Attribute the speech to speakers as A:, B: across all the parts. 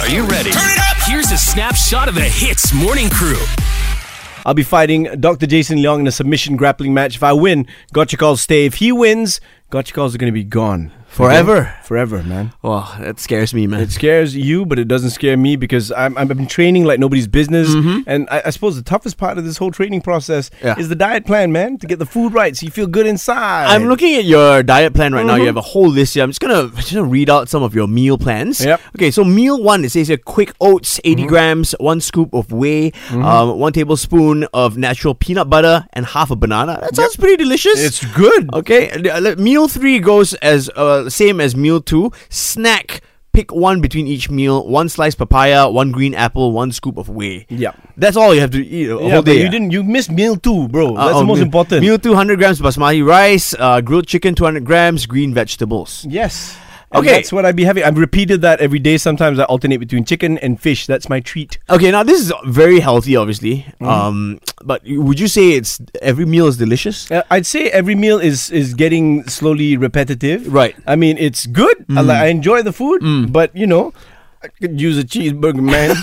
A: Are you ready? Turn it up! Here's a snapshot of the Hits Morning Crew.
B: I'll be fighting Dr. Jason Leong in a submission grappling match. If I win, Gotcha Calls stay. If he wins, Gotcha Calls are going to be gone.
C: Forever.
B: Forever, man.
C: Oh, that scares me, man.
B: It scares you, but it doesn't scare me because I'm, I've been training like nobody's business. And I, I suppose the toughest part of this whole training process
C: Yeah.
B: is the diet plan, man, to get the food right so you feel good inside.
C: I'm looking at your diet plan right now.
B: Mm-hmm.
C: You have a whole list here. I'm just gonna just gonna read out some of your meal plans.
B: Yep. Mm-hmm.
C: Okay, so meal one it says here quick oats, 80 grams, one scoop of whey, um, one tablespoon of natural peanut butter, and half a banana. That sounds pretty delicious.
B: It's good.
C: Okay, and, uh, le- meal three goes as uh, same as meal two. Snack. Pick one between each meal: one slice papaya, one green apple, one scoop of whey.
B: Yeah.
C: that's all you have to eat a
B: Yeah,
C: whole
B: but
C: day.
B: You didn't. You missed meal two, bro.
C: Uh,
B: That's
C: oh,
B: the most
C: meal-
B: important.
C: Meal 200 grams basmati rice, uh, grilled chicken 200 grams, green vegetables.
B: Yes. And
C: Okay.
B: That's what I'd be having. I've repeated that every day. Sometimes I alternate between chicken and fish. That's my treat.
C: Okay, now this is very healthy, obviously.
B: Mm-hmm.
C: Um, but would you say it's every meal is delicious?
B: Uh, I'd say every meal is is getting slowly repetitive.
C: Right. Mm.
B: I mean, it's good. I, li- I enjoy the food, but you know, I could use a cheeseburger, man.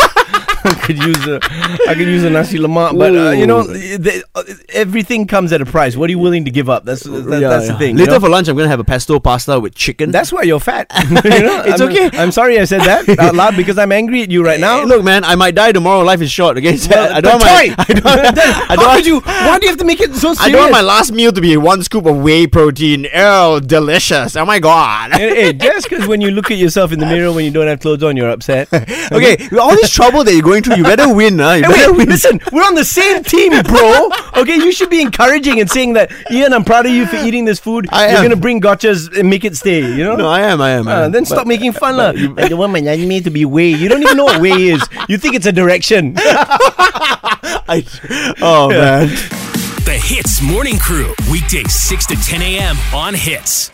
B: I could use a, I could use a nasi lemak, but uh, you know, the, uh, everything comes at a price. What are you willing to give up? That's that, that's the thing. you
C: Later
B: know?
C: for lunch, I'm gonna have a pesto pasta with chicken.
B: that's why you're fat. You know,
C: It's
B: I'm-
C: okay.
B: I'm sorry I said that out loud because I'm angry at you right now.
C: Hey, look, man, I might die tomorrow. Life is short. Okay, So
B: Well,
C: I don't want
B: but
C: my,
B: Troy,
C: I don't, I don't
B: how
C: want
B: could you? Why do you have to make it so serious?
C: I don't want my last meal to be one scoop of whey protein. Oh, delicious! Oh my god.
B: Hey, hey, just because when you look at yourself in the mirror when you don't have clothes on, you're upset. Hey,
C: Okay, oh, with all this trouble that you're going through, you better win, huh? You better
B: wait,
C: win.
B: listen, we're on the same team, bro. Okay, you should be encouraging and saying that, Ian, I'm proud of you for eating this food.
C: I
B: you're
C: am.
B: gonna bring gotchas and make it stay. You know.
C: No, I am. I am. I
B: Uh,
C: am.
B: then stop making fun, lah. I don't want my anime to be way. You don't even know what way is. You think it's a direction.
C: I, oh man.
A: The Hits Morning Crew, weekdays 6 to 10 a.m. on Hits.